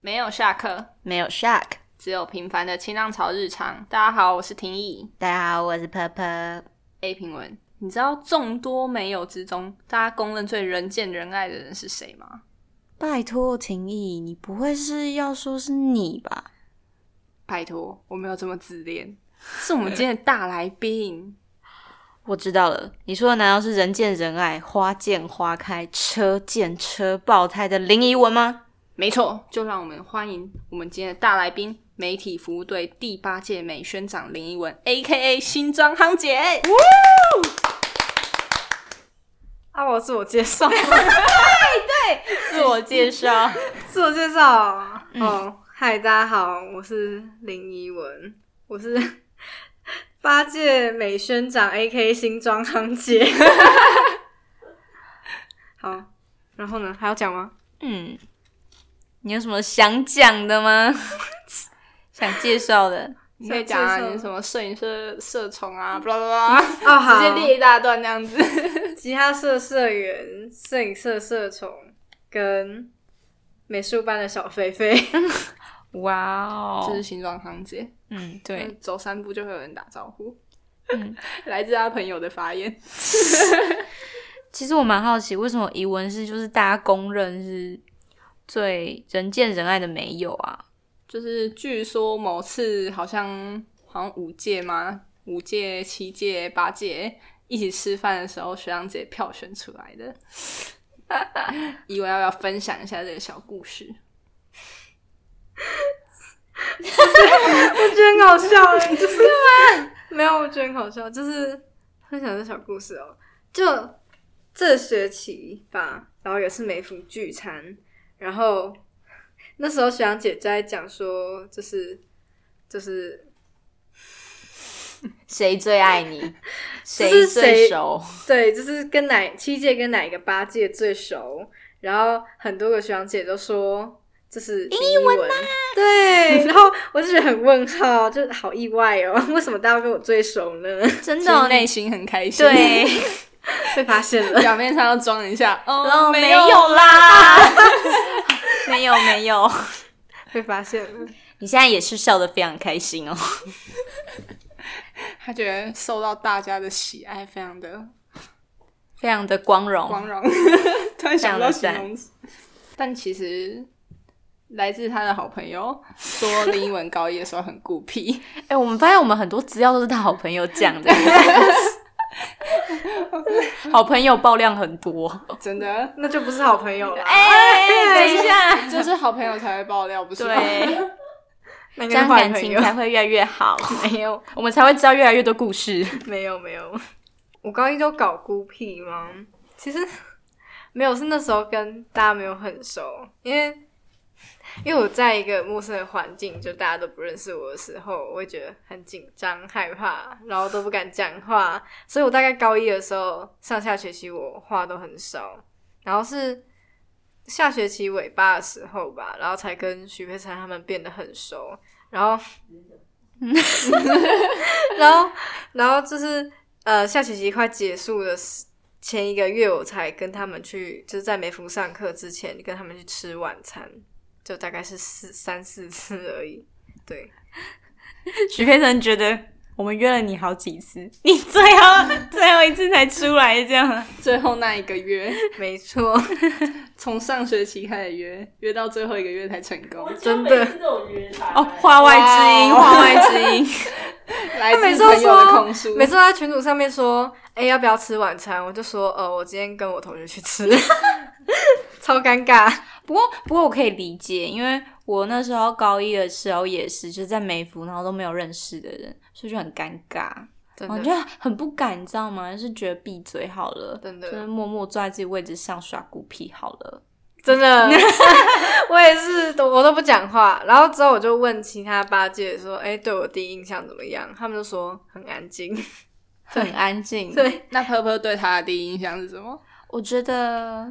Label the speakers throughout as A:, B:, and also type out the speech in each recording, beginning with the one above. A: 没有下课，
B: 没有 shark。
A: 只有平凡的清浪潮日常。大家好，我是廷义
B: 大家好，我是 Purple。
A: A 评文。你知道众多没有之中，大家公认最人见人爱的人是谁吗？
B: 拜托，廷义，你不会是要说是你吧？
A: 拜托，我没有这么自恋， 是我们今天的大来宾。
B: 我知道了，你说的难道是人见人爱、花见花开、车见车爆胎的林怡文吗？
A: 没错，就让我们欢迎我们今天的大来宾，媒体服务队第八届美宣长林依文，A.K.A 新装夯姐。
C: 啊，我自我介 绍，
B: 自我介绍，
C: 自我介绍。哦，嗨，大家好，我是林依文，我是 八届美宣长 A.K. 新装行姐。 好，然后呢？还要讲吗？
B: 嗯，你有什么想讲的 吗？想介绍的？
A: 你可以讲啊，
C: 介绍
A: 你什么摄影社社宠
B: 嗯
A: 啊，巴拉巴 拉，
C: 哦，好
A: 直，接列一大段那样子。
C: 吉他社社员、摄影社社宠跟美术班的小菲菲。
B: 哇 哦
A: 这是新装夯姐，
B: 嗯，对，
A: 走三步就会有人打招呼。
B: 嗯，
A: 来自他朋友的发言。
B: 其实我蛮好奇，为什么怡文是就是大家公认是最人见人爱的没有啊？
A: 就是据说某次好像好像五届吗？五届、七届、八届一起吃饭的时候，学长姐票选出来的。以为要不要分享一下这个小故事？
C: 我 觉得很好笑哎，就是 没有，我觉得很好笑，就是分享这小故事哦。就这学期吧，然后也是美服聚餐，然后 那时候学长姐在讲说，就是就是
B: 谁最爱 你？谁
C: 是
B: 最
C: 谁
B: 熟？
C: 对，就是跟哪七届跟哪一个八届最熟，然后很多个学长姐都说就是英文文对， 然后我就觉得很问号，就好意外哦， 为什么大家跟我最熟呢？
B: 真
A: 其实
B: 的、哦，
A: 内
B: 你
A: 心很开心，，
B: 对，
C: 被发现了。
A: 表面上要装一下，哦，
B: 哦，
A: 没
B: 没有啦， 没有没有，
C: 被发现嗯了。
B: 你现在也是笑得非常开心哦。
A: 他觉得受到大家的喜爱，非常的
B: 非常的光荣，
C: 哦
A: 光荣。突然想不到形容词，但其实来自他的好朋友说，林英文高一的时候很孤僻。
B: 哎、我们发现我们很多资料都是他好朋友讲 的，好朋友爆量很多。
A: 真 的，
C: 那就不是好朋友了。啊
B: 哎、等一下，
A: 就是好朋友才会爆料，不是吗？
B: 对，
C: 那
B: 这
C: 个
B: 样
C: 坏
B: 感
C: 朋
B: 情
C: 友
B: 才会越来越好，
C: 没有，
B: 我们才会知道越来越多故事。
C: 没有，没有。我高一就搞孤僻吗？其实没有，是那时候跟大家没有很熟，因为因为我在一个陌生的环境，就大家都不认识我的时候，我会觉得很紧张、害怕，然后都不敢讲话。所以我大概高一的时候，上下学期我话都很少，然后是下学期尾巴的时候吧，然后才跟许佩珊他们变得很熟，然后， 然后，然后就是呃，下学期快结束的时前一个月，我才跟他们去，就是在美孚上课之前跟他们去吃晚餐，就大概是四三四次而已。对，
B: 许佩岑觉得我们约了你好几次，你最后 最后一次才出来，这样
A: 最后那一个月，
C: 没错，
A: 从上学期开始约，约到最后一个月才成功。
C: 真的。
B: 哦，话外之 音，
A: 哇哦
B: 话外之音。
A: 来
C: 每
A: 自
C: 次都
A: 朋友的
C: 说
A: 控诉，，
C: 每次都在群组上面说，哎、要不要吃晚餐？我就说，呃，我今天跟我同学去吃， 超尴尬。
B: 不过，不过我可以理解，因为我那时候高一的时候也是，就是在美服，然后都没有认识的人，所以就很尴尬，
C: 真
B: 我
C: 的
B: 觉，得很不敢，你知道吗？就是觉得闭嘴好了，
C: 真的
B: 就是默默坐在自己位置上耍孤僻好了。
C: 真的，我也是，都我都不讲话。然后之后我就问其他八届说，哎、对我第一印象怎么样？他们就说很安静。
B: 很安 静，
C: 对，
A: 那 Purple 对他的第一印象是什么？
B: 我觉得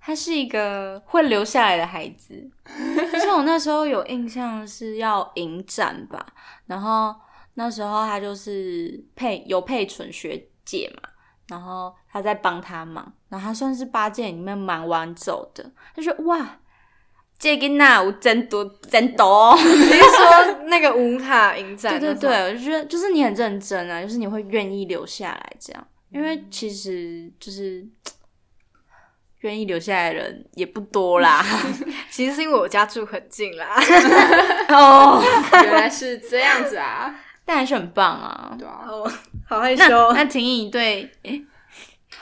B: 他是一个会留下来的孩子。 就是我那时候有印象是要迎战吧，然后那时候他就是配有配纯学姐嘛，然后他在帮他忙，然后他算是八届里面蛮晚走的，他说哇。这个那有真多真多。
C: 你是说那个五塔影展？
B: 对对对，，我觉得就是你很认真啊，就是你会愿意留下来这样，因为
C: 嗯
B: 其实就是愿意留下来的人也不多 啦。
C: 其实是因为我家住很 近啦。
B: 哦，
A: 原来是这样子啊，
B: 但还是很棒啊。
A: 对啊。
C: 哦，好害
B: 那那婷宜对诶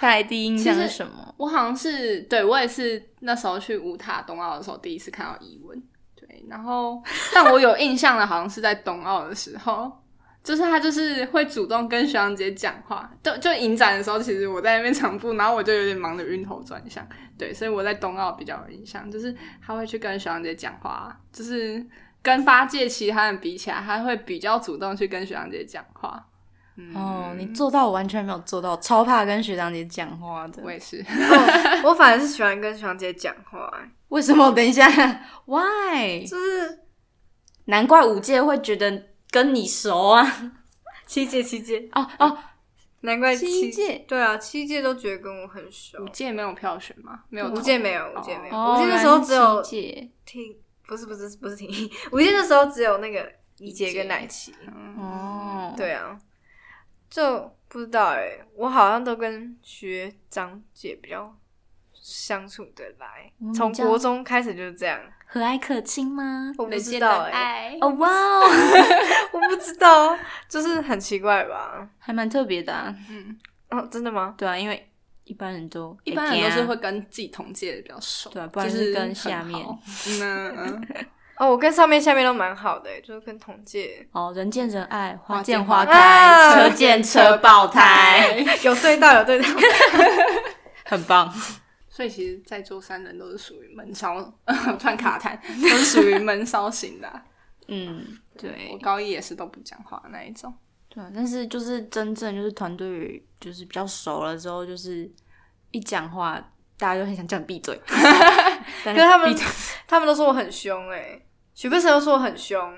B: 她来第一印象是什么？
A: 我好像是对我也是那时候去五塔冬奥的时候第一次看到伊文，对，然后但我有印象的，好像是在冬奥的时候， 就是他就是会主动跟学长姐讲话，就就影展的时候，其实我在那边场部，然后我就有点忙得晕头转向，对，所以我在冬奥比较有印象，就是他会去跟学长姐讲话，就是跟八届其他人比起来，他会比较主动去跟学长姐讲话。嗯
B: 哦，你做到我完全没有做到，超怕跟学长姐讲话的
A: 我。也是，
C: 我反而是喜欢跟学长姐讲话、
B: 为什么？等一下，Why？
C: 就是
B: 难怪五届会觉得跟你熟啊。
C: 七姐七姐，
B: 哦哦，
C: 难怪
B: 七姐
C: 对啊，七姐都觉得跟我很熟
A: 五。届没有票选吗？没有投，
C: 五届没有，五届
A: 哦
C: 没有，
B: 哦
C: 五届那时候只有
B: 七届。
C: 听，不是不是不是听， 五届那时候只有那个一姐
A: 姐
C: 跟奶琪。
A: 嗯
B: 哦，
C: 对啊，就不知道哎、我好像都跟学长姐比较相处得来
B: 嗯，
C: 从
B: 这样
C: 国中开始就是这样。
B: 和蔼可亲吗？
C: 我不
A: 人
C: 知
A: 见
C: 道
A: 人
C: 哎、
A: 爱
B: 哦哇哦，
C: 我不知道，就是很奇怪吧？
B: 还蛮特别的、啊。
A: 嗯。
C: 哦，真的吗？
B: 对啊，因为一般人都
A: 一般人都是会跟自己同届的比较熟，
B: 对啊不然
A: 就是是
B: 跟下面
A: 呢，嗯嗯
C: 哦，我跟上面下面都蛮好的、欸就是跟同届
B: 哦，人见人爱，花
A: 花
B: 见
A: 见
B: 花
A: 花
B: 开，
C: 啊
B: 车见车爆胎，
C: 有对到有 对到，
B: 很棒。
A: 所以其实，在座三人都是属于闷骚， 突然卡痰，都是属于闷骚型 的啊、
B: 嗯，对
A: 我，高一也是都不讲话的那一种，
B: 对啊，但是就是真正就是团队就是比较熟了之后，就是一讲话，大家就很想叫你闭嘴。但
C: 可是他们
B: 闭嘴
C: 他们都说我很凶哎、许佩岑都说我很凶，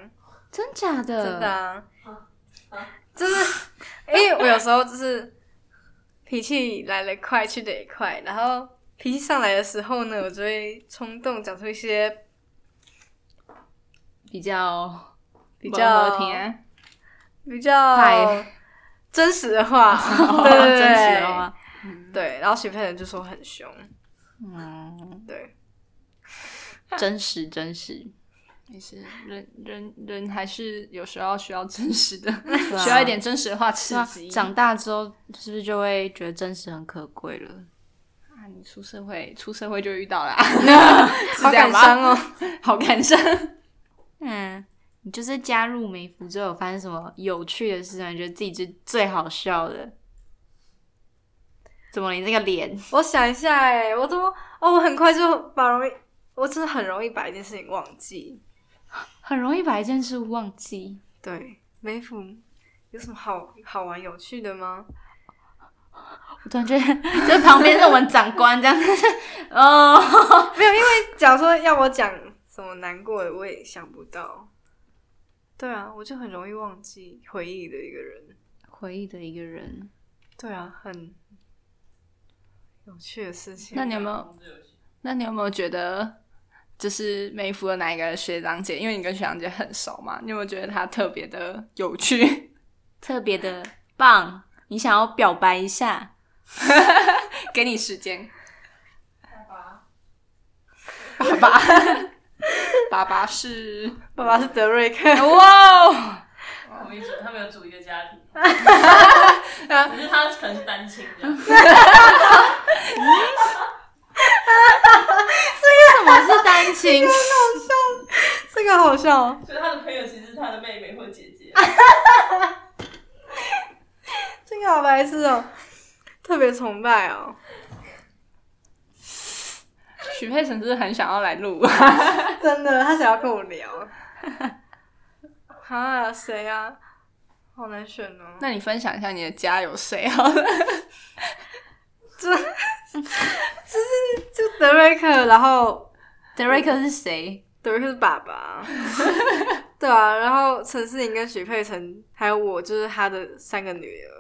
B: 真假的，
C: 真的啊，就是因为我有时候就是脾气来得快，去得也快，然后脾气上来的时候呢，我就会冲动讲出一些
B: 比较
C: 比较
A: 平安，
C: 比较
B: 嗨
C: 真实的 话，对 对对，
B: 真实的话，
C: 对，然后许佩岑就说我很凶，
B: 嗯，
C: 对，
B: 真实真实，
A: 也是人人人还是有时候需要真实 的，
B: 对啊
A: 需要一点真实的话刺
B: 对啊
A: 激。
B: 长大之后是不是就会觉得真实很可贵了？
A: 啊，你出社会出社会就遇到了啊， 是
C: 好
A: 这样
C: 感
A: 吧？
C: 伤哦。
A: 好感伤，
B: 嗯，你就是加入美孚之后有发生什么有趣的事吗？你觉得自己是最好笑的？怎么了你这个脸？
C: 我想一下、哎，我怎么哦，我很快就把容易，我真的很容易把一件事情忘记。
B: 很容易把一件事忘记。
C: 对，梅府有什么好好玩有趣的吗？
B: 我突然觉得， 就是旁边是我们长官这样子，哦，
C: 没有，因为假如说要我讲什么难过的，我也想不到。对啊，我就很容易忘记回忆的一个人。
B: 回忆的一个人。
C: 对啊，很有趣的事情。
A: 那你有没有？那你有没有觉得，就是美孚的哪一个学长姐？因为你跟学长姐很熟嘛，你有没有觉得她特别的有趣？
B: 特别的棒，你想要表白一下？
A: 给你时间，爸爸，爸爸是
C: 爸爸是德瑞克，
A: 哇哦，
D: 我们组他们有组一个家 庭，只是他可能是单亲 这样。
B: 什么是单 亲？
C: 这个好笑哦。
D: 所以他的朋友其实是他的妹妹或姐姐。
C: 这个好白痴哦，特别崇拜哦。
A: 许佩岑是不是很想要来录？
C: 真的，他想要跟我聊。啊，谁啊？好难选哦。
A: 那你分享一下你的家有谁啊 好了？
C: 就德瑞克，然后
B: 德瑞克是谁？
C: 德瑞克是爸 爸。对啊，然后陈思颖跟许佩岑，还有我，就是他的三个女儿。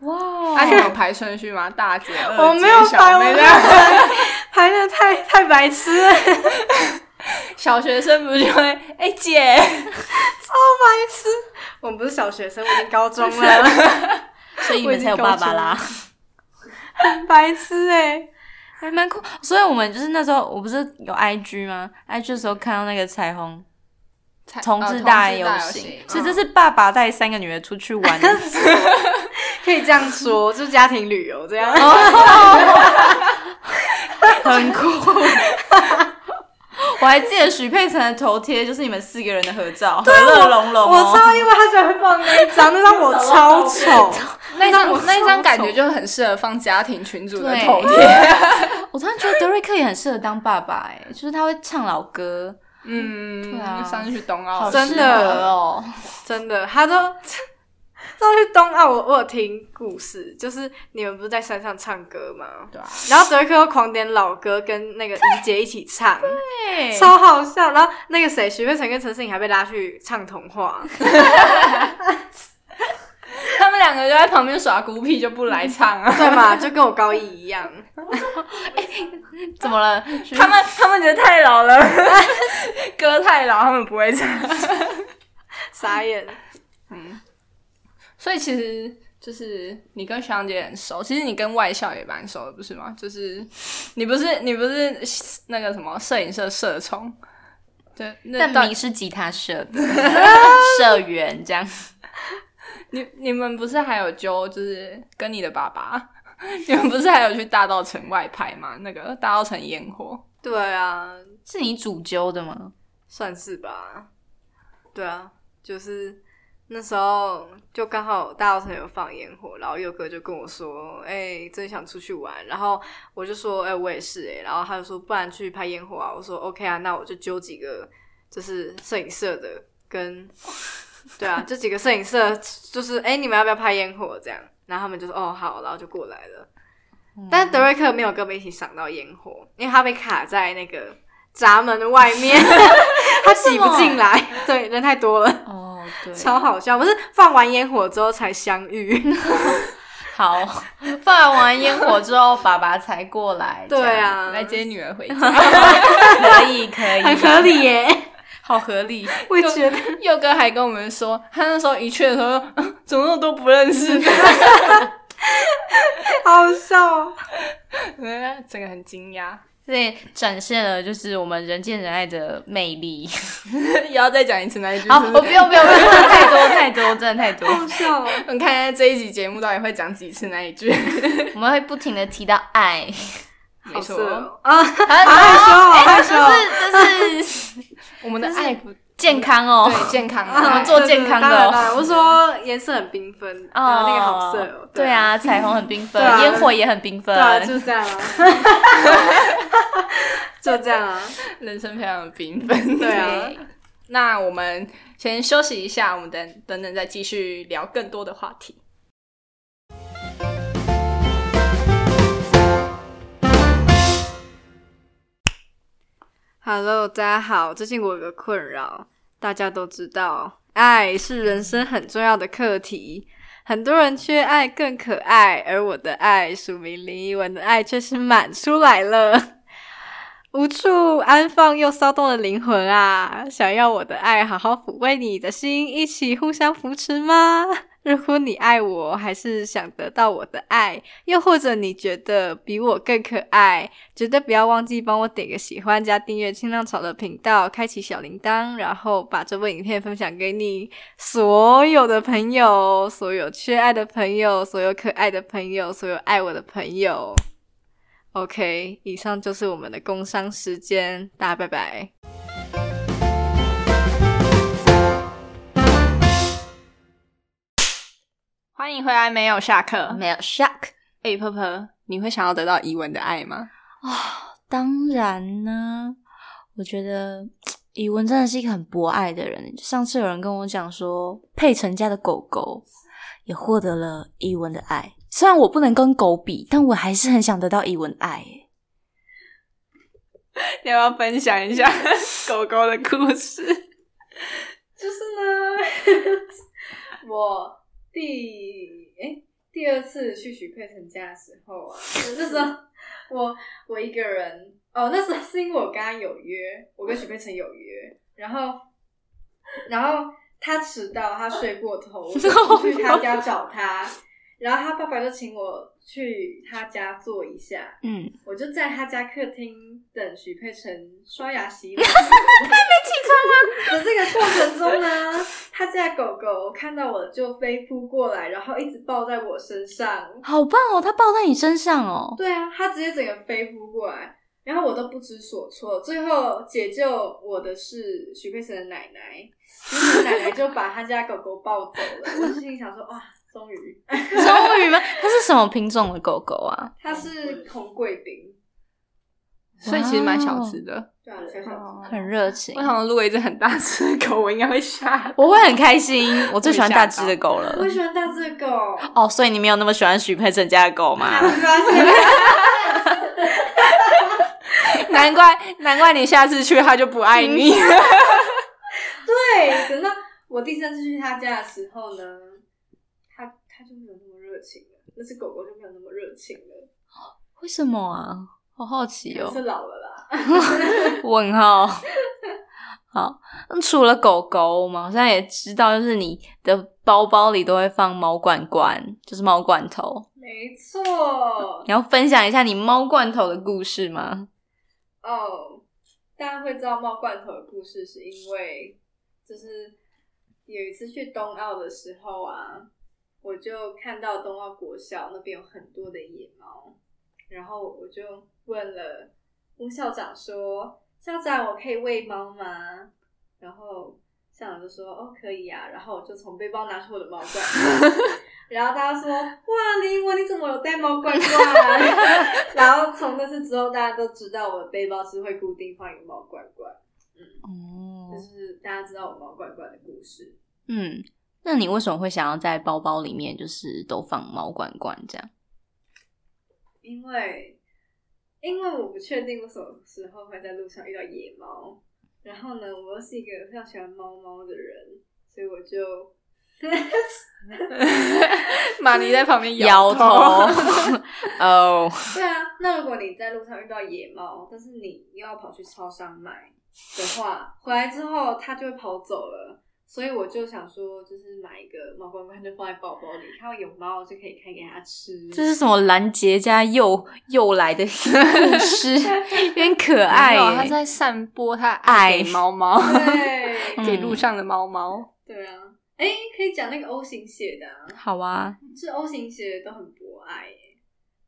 B: 哇哦
A: 啊
B: 哎
A: 那、你有排顺序吗？大姐、二姐、
C: 我没有
A: 小
C: 排，我
A: 妹
C: 没
A: 这
C: 有
A: 样
C: 排，排的太太白痴了，白
A: 小学生不就会哎、姐，
C: 痴。我们不是小学生，我已经高中了，
B: 所以你们才有爸爸啦。
C: 白痴哎、
B: 还蛮酷。所以我们就是那时候，我不是有 IG 吗？IG 的时候看到那个彩虹
A: 才
B: 重
A: 呃
B: 置
A: 大
B: 哦 大游行，所
A: 嗯
B: 以这是爸爸带三个女儿出去 玩的
C: 可以这样说，就家庭旅游这样。
B: 哦 很酷。 我还记得许佩岑的头贴就是你们四个人的合照，和乐融融、
C: 我
B: 哦。
C: 超意外，他居然会放那一张，那张我 超丑，
A: 那
C: 我
A: 张那
C: 超
A: 张感
C: 丑
A: 觉就很适合放家庭群组的
B: 对
A: 头贴，
B: 我突然觉得德瑞克也很适合当爸爸、哎，就是他会唱老歌，
A: 嗯，
B: 对啊
A: 上次去冬
B: 好
A: 奥
C: 真
B: 适
C: 的
B: 合哦。
C: 真的，他都。 上去冬奥，我我有听故事，就是你们不是在山上唱歌吗？
A: 对啊，
C: 然后德瑞克又狂点老歌，跟那个怡姐一起唱，
B: 对
C: 超好笑。然后那个谁，徐慧晨跟陈思颖还被拉去唱童话，
A: 他们两个就在旁边耍孤僻，就不来唱啊。
C: 对嘛？就跟我高一一样，
B: 怎么了？
A: 他们他们觉得太老了， 歌太老，他们不会唱。
C: 傻眼。
A: 所以其实就是你跟学长姐很熟，其实你跟外校也蛮熟的，不是吗？就是你不是你不是那个什么摄影社社宠，对，那到
B: 但明是吉他社的社员这样。
A: 你你们不是还有揪，就是跟你的爸爸， 你们不是还有去大稻城外拍吗？那个大稻城烟火，
C: 对啊，
B: 是你主揪的吗？
C: 算是吧。对啊，就是那时候就刚好大稻城有放烟火，然后佑哥就跟我说：“哎、真想出去玩。”然后我就说：“哎、我也是哎、然后他就说：“不然去拍烟火啊。”我说：“OK 啊，那我就揪几个就是摄影社的跟对啊，这几个摄影社就是哎、你们要不要拍烟火？”这样，然后他们就说：“哦，好。”然后就过来了。但德瑞克没有跟我们一起赏到烟火，因为他被卡在那个闸门外面， 他挤不进来， 对，人太多了，
B: 哦，对
C: 超好笑。不是放完烟火之后才相遇，
B: 好，放完烟火之后，爸爸才过来。
C: 对
B: 这样，
C: 啊，
A: 来接女儿回家。
B: 可以可
C: 很
B: 以，
C: 合理耶，
B: 好合理。
C: 我也觉得
A: 佑哥还跟我们说，他那时候一去的时候， 嗯怎么那么多不认识 的？
C: 好笑哦。
A: 整个很惊讶。
B: 所以展现了就是我们人见人爱的魅力。
A: 也要再讲一次那一句。
B: 好，
A: 是
B: 我
A: 不
B: 不
A: 是
B: 用不用不用，太多太多，真的太多。
C: 好笑哦，
A: 我们看看这一集节目到底会讲几次那一 句。
B: 我们会不停的提到爱，
A: 没
C: 好色
A: 错，
C: 哦啊！
B: 很
C: 好害羞哦，好害羞
B: 就
C: 哦，
B: 是就是
A: 我们的爱不
B: 健康哦。
A: 对健 康
C: 啊
A: 啊，
B: 做健康的哦
C: 对对对当然当然我说颜色很缤纷，然后那个好色哦，
B: 对，啊，彩虹很缤纷
C: 对，啊
B: 烟火也很缤
C: 对啊，
B: 纷。
C: 就这样啊， 就这样啊，
A: 人生非常的缤 纷。
C: 对啊
B: 对，
A: 那我们先休息一下，我们等等等再继续聊更多的话题。
C: Hello，大家好。最近我有个困扰，大家都知道，爱是人生很重要的课题。很多人缺爱更可爱，而我的爱属名林一文的爱却是满出来了， 无处安放又骚动的灵魂啊！想要我的爱好好抚慰你的心，一起互相扶持吗？ 如果你爱我，还是想得到我的爱，又或者你觉得比我更可爱，绝对不要忘记帮我点个喜欢加订阅清浪潮的频道，开启小铃铛，然后把这部影片分享给你所有的朋友，所有缺爱的朋友，所有可爱的朋友，所有爱我的朋友。OK，以上就是我们的工商时间，大家拜拜。
A: 欢迎回来，没有下课。
B: 没有 shock
A: 哎、欸，婆婆，你会想要得到怡文的爱吗？
B: 啊，当然呢，我觉得以文真的是一个很博爱的人。上次有人跟我讲说，佩岑家的狗狗也获得了以文的爱，虽然我不能跟狗比，但我还是很想得到以文的爱耶。
A: 你 要不要分享 一下狗狗的故事？
C: 就是呢，我第哎、第第二次去许佩成家的时候啊，那时候我我一个人哦，那时候是因为我跟他有约，我跟许佩成有约，然后然后他迟到，他睡 过头，我就去他家找他，然后他爸爸就请我去他家坐一下，
B: 嗯，
C: 我就在他家客厅等许佩成刷牙洗脸。的这个过程中呢，他家的狗狗看到我就飞扑过来，然后一直抱在我身上。
B: 好棒哦，它抱在你身上哦，
C: 对啊，它直接整个飞扑过来，然后我都不知所措。最后解救我的是许佩岑的奶奶，许佩岑的奶奶就把他家狗狗抱走了。我心里想说，哇，终于，
B: 终于吗？它是什么品种的狗狗啊？
C: 它是红贵宾，
A: 所以其实蛮小只的。
C: 对啊，小小
A: 哦
C: 只。
B: 很热情
A: 我，想如果一只很大只的狗，我应该会吓到。
B: 我会很开心，我最喜欢大只的狗
C: 我
B: 了
C: 也。喜欢大只的狗，
B: 哦，所以你没有那么喜欢许佩成家的狗吗
C: 啊？没关系
A: 难怪难怪你下次去它就不爱你。
C: 对，等到我第三次去他家的时候呢，他他就没有那么热情了，那只狗狗就没有那么热情了，
B: 为什么啊？好好奇哦
C: 是。老了啦。
B: 问号。好，那除了狗狗，我们好像也知道，就是你的包包里都会放猫罐罐，就是猫罐头。
C: 没错
B: 你，要分享一下你猫罐头的故事吗？
C: 哦，大家会知道猫罐头的故事，是因为就是有一次去冬奥的时候啊，我就看到冬奥国小那边有很多的野猫，然后我就问了吴校长说：“校长，我可以喂猫吗？”然后校长就说：“哦，可以啊。”然后我就从背包拿出我的猫罐头然后大家说：“哇，林文，你怎么有带猫罐 罐？” 然后从那次之后，大家都知道我的背包是会固定放一个猫罐罐，
B: 哦
C: 就是大家知道我猫罐罐的故事。
B: 嗯，那你为什么会想要在包包里面就是都放猫罐罐这样？
C: 因为，因为我不确定我什么时候会在路上遇到野猫，然后呢，我又是一个非常喜欢猫猫的人，所以我就
A: 玛丽在旁边
B: 摇头
A: 头，
B: 哦，
C: 对啊。那如果你在路上遇到野猫，但是你又要跑去超商买的话，回来之后它就会跑走了。所以我就想说，就是买一个猫罐罐，就放在包包里，看到有猫就可以开给它吃。
B: 这是什么拦截加诱诱来的故事， 有点可爱
A: 没
B: 耶、
A: 有他在散播他的爱给猫 猫，
C: 对，
A: 给路上的猫猫。
C: 对啊，哎、可以讲那个 O 型血的、啊，
B: 好啊，
C: 这 O 型血都很博爱、欸，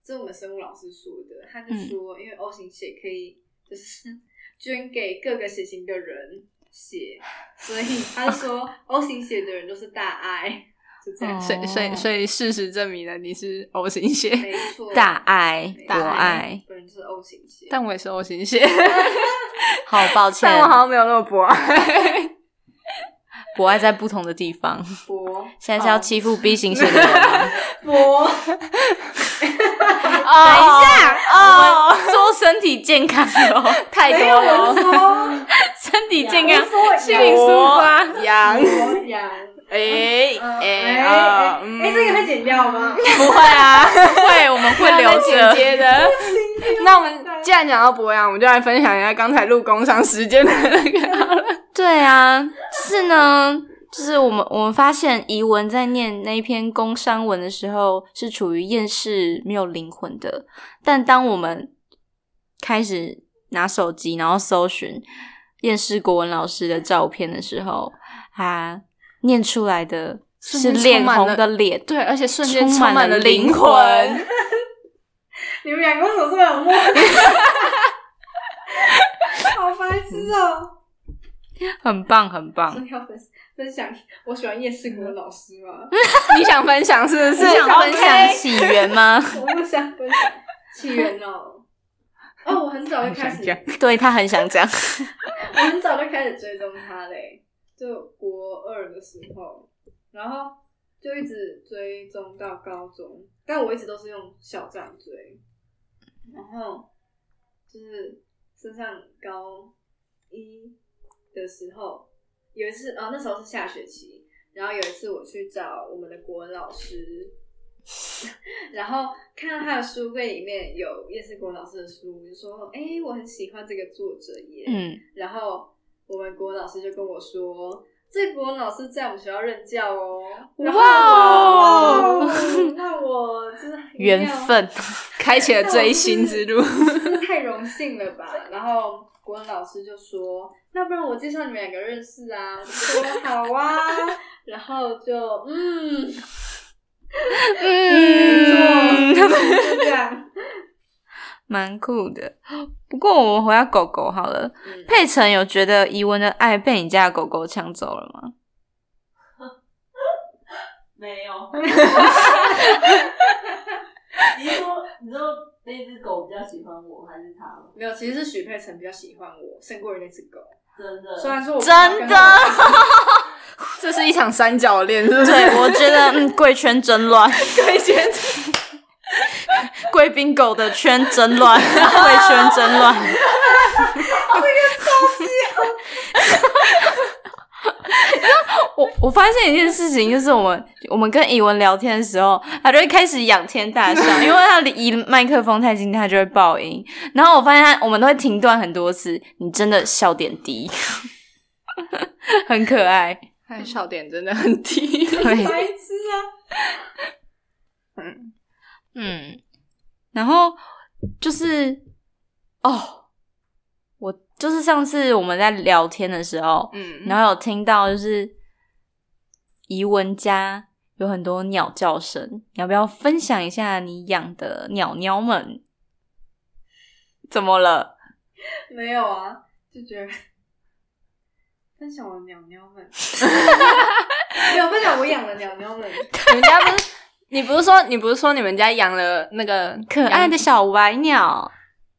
C: 这是我们生物老师说的，他就
B: 嗯
C: 说，因为 O 型血可以就是捐给各个血型的人血，所以他就 说 O 型血的人都是大爱，就这样，
B: 哦
A: 所以所以所以事实证明了你是 O 型血，
C: 没错，
B: 大爱，
C: 没
B: 博
C: 错
A: 大
B: 爱。，
C: 本人就是 O 型血，
A: 但我也是 O 型血，
B: 好抱歉
A: 但，我好像没有那么博啊爱。
B: 博爱在不同的地方。
C: 博
B: 现在是要欺负 B 型血的人吗？
C: 哦 博，哦
A: 等一下，
B: 我们做身体健康哦，太
C: 哦 没有 人说
B: 身体健康，
C: 我
B: 心灵
C: 说
B: 抒发。
A: 羊，
C: 博羊，
A: 哎
C: 嗯
A: 哎
C: 哎
B: 哦
A: 啊
C: 哎
A: 嗯
C: 哎，这个会剪掉吗？
B: 不会啊，不会，我们会留
A: 姐
B: 着。
A: 姐 的。那我们既然讲到博洋，我们就来分享一下刚才录工商时间的那个。
B: 对啊，就是呢，就是我们我们发现怡文在念那一篇工商文的时候，是处于厌世没有灵魂的。但当我们开始拿手机，然后搜寻厌世国文老师的照片的时候，他念出来的是
A: 瞬间充
B: 脸
A: 满了
B: 红的脸，
A: 对，而且瞬间
B: 充
A: 充
B: 满
A: 满
B: 了
A: 了
B: 灵
A: 灵
B: 魂
A: 魂。
C: 你们两个为什么这么有 默契？好白痴哦、
B: 很棒，很棒
C: 真。 的要分分享，我喜欢叶世国的老师吗？
A: 你想分享是不
B: 你
A: 是？
B: 想分享
A: OK
B: 起源吗？
C: 我不想分享起源哦。哦，我很早就开始，
B: 对他很想讲。
C: 我很早就开始追踪他嘞，就国二的时候，然后就一直追踪到高中，但我一直都是用小站追，然后就是升上高一的时候，有一次哦，那时候是下学期，然后有一次我去找我们的国文老师， 然后看到他的书柜里面有叶世国老师的书，我就说：“哎、我很喜欢这个作者耶。”
B: 嗯，
C: 然后我们国文老师就跟我说：“这国文老师在我们学校任教哦。”然后我
B: 哇哦
C: 哦那我真的一定要
B: 缘，分，
A: 开启了追星之路。
C: 真 的太荣幸了吧？然后国文老师就说：“那不然我介绍你们两个认识啊？”我就说：“好啊。” 然后就嗯，
A: 嗯
C: 没
B: 嗯，
C: 错，就这样。
B: 蛮酷的。 不过我们回到狗狗好了，
C: 嗯
B: 佩晨有觉得怡文的爱被你家的狗狗抢走了吗？
D: 没 有。你是说你知道那只狗比较喜欢我还是它吗？
C: 没有，其实是许佩辰比较喜欢我，胜过于那只狗。
D: 真的，
C: 虽然说我不知道
B: 真
C: 跟
B: 的，
C: 他
A: 这是一场三角恋，是不是？
B: 对 我觉得嗯，贵圈真乱，
A: 对，先
B: 贵宾狗的圈真乱，贵圈真乱。 我我发现一件事情，就是我们我们跟以文聊天的时候，他就会开始仰天大笑，因为他离麦克风太近，他就会爆音。然后我发现他，我们都会停断很多次。你真的笑点低， 很可爱。
A: 哎，笑点真的很低。
B: 对，
C: 白痴啊！
B: 嗯，然后就是哦，我就是上次我们在聊天的时候，
A: 嗯，
B: 然后有听到就是怡文家有很多鸟叫声，你要不要分享一下你养的鸟鸟们？怎么了？
C: 没有啊，就觉得分享我的鸟鸟 们，没有分享我养的鸟鸟们，
A: 你们家不是？ 你不是说你不是说你们家养了那个
B: 可爱的小白鸟，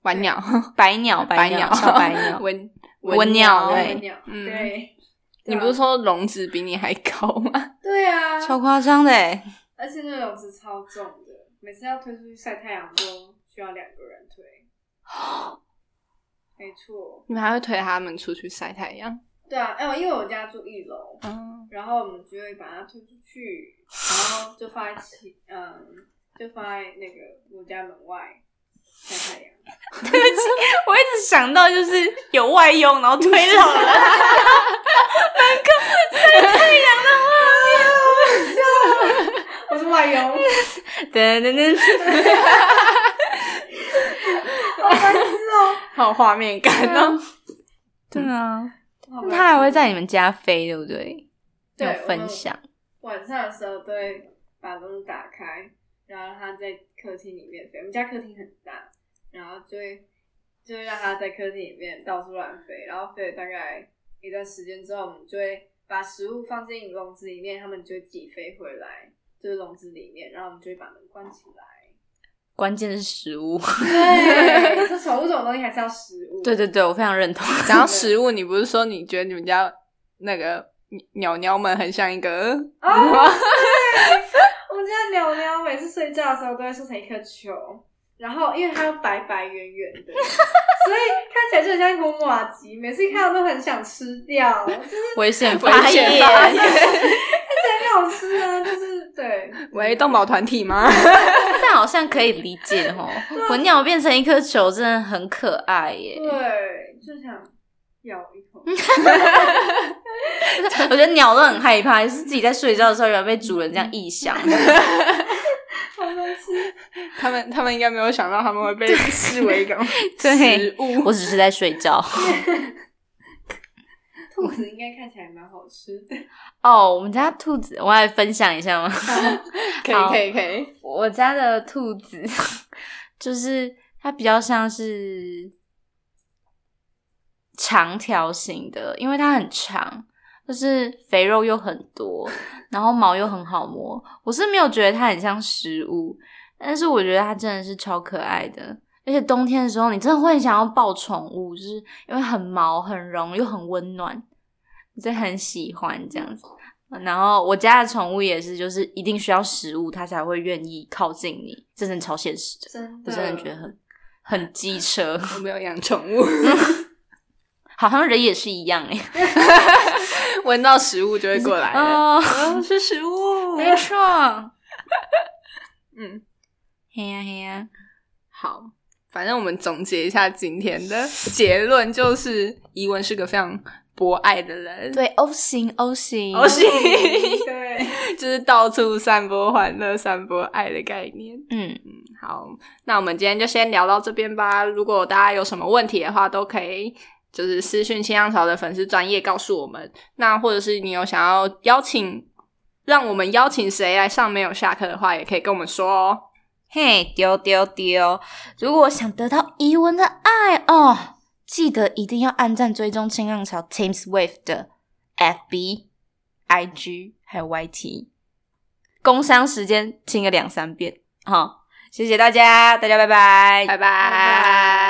A: 晚鸟、
B: 白鸟，白
A: 鸟、
B: 小白 鸟，
A: 文
B: 文鸟
C: 我
B: 对
C: 的鸟，
A: 嗯
C: 对，
A: 你不是说笼子比你还高 吗？
C: 对 啊，
B: 超夸张的欸！
C: 而且那种子超重的，每次要推出去晒太阳都需要两个人 推，没错，
A: 你们还会推他们出去晒太 阳？
C: 对啊，哎、我因为我家住一楼，
A: 嗯，
C: 然后我们就会把它推出去，然后就放在其嗯，就放在那个我家门外晒 太阳。
B: 对不起， 我一直想到就是有外用，然后推倒了，能够晒太阳的
C: 我是外佣，
B: 话，噔噔噔。
C: 好白痴哦。
A: 好有画面感哦。
B: 对啊，
C: 好白痴
B: 它还会在你们家飞，对不对？
C: 对
B: 有分享，
C: 晚上的时候都会把灯打开，然后让它在客厅里面飞。我们家客厅很大，然后就会就会让它在客厅里面到处乱飞，然后飞了大概一段时间之后，我们就会把食物放进笼子里面，它们就会自己飞回来，就是笼子里面，然后我们就会把门关起 来。
B: 关键是食物。
C: 对，这宠物这种东西还是要食物。
B: 对对对，我非常认同。
A: 然后食物，你不是说你觉得你们家那个鸟鸟们很像一个？
C: 哦，我们家鸟鸟每次睡觉的时候都会缩成一颗球，然后因为它又白白圆圆的， 所以看起来就很像一锅马吉，每次看到都很想吃掉，就是
B: 危险
A: 危
B: 发
A: 险发
B: 言，
C: 很好吃啊，就是对，
A: 喂，动保团体吗？
B: 但好像可以理解哦。我鸟变成一颗球，真的很可爱耶。
C: 对，就想咬一口，
B: 我觉得鸟都很害怕，就是自己在睡觉的时候，有人被主人这样异响。
C: 好难吃，
A: 他们他们应该没有想到他们会被视为一种
B: 对
A: 食物。
B: 我只是在睡觉。
C: 兔子应该看起来蛮好吃的，
B: 哦，我们家兔子，我来分享一下吗？
A: 可以
B: 好
A: 可以可以，
B: 我家的兔子就是它比较像是长条形的，因为它很长，就是肥肉又很多，然后毛又很好摸。我是没有觉得它很像食物，但是我觉得它真的是超可爱的。而且冬天的时候，你真的会很想要抱宠物，就是因为很毛、很绒又很温暖，你真的很喜欢这样子。然后我家的宠物也是，就是一定需要食物，它才会愿意靠近你，这真的超现实的。
C: 真的，
B: 我真的觉得很很机车，
A: 我没有养宠物，
B: 好像人也是一样哎、
A: 闻到食物就会过来了。
B: 哦，
A: 哦，是食物
B: 没错。
A: 嗯，
B: 嘿呀嘿呀，
A: 好，反正我们总结一下今天的结论，就是怡文是个非常博爱的人，
B: 对，O 型 O 型
A: 我是
C: 对，
A: 就是到处散播欢乐、散播爱的概念。
B: 嗯，
A: 好，那我们今天就先聊到这边吧。如果大家有什么问题的话，都可以就是私讯新浪潮的粉丝专业告诉我们。那或者是你有想要邀请，让我们邀请谁来上没有下课的话，也可以跟我们说哦。
B: 嘿，丢丢丢！如果想得到怡文的爱哦，记得一定要按赞追踪新浪潮 Teams Wave 的 FB、IG 还有 YT。工商时间听个两三遍，好、谢谢大家，大家拜拜
A: 拜拜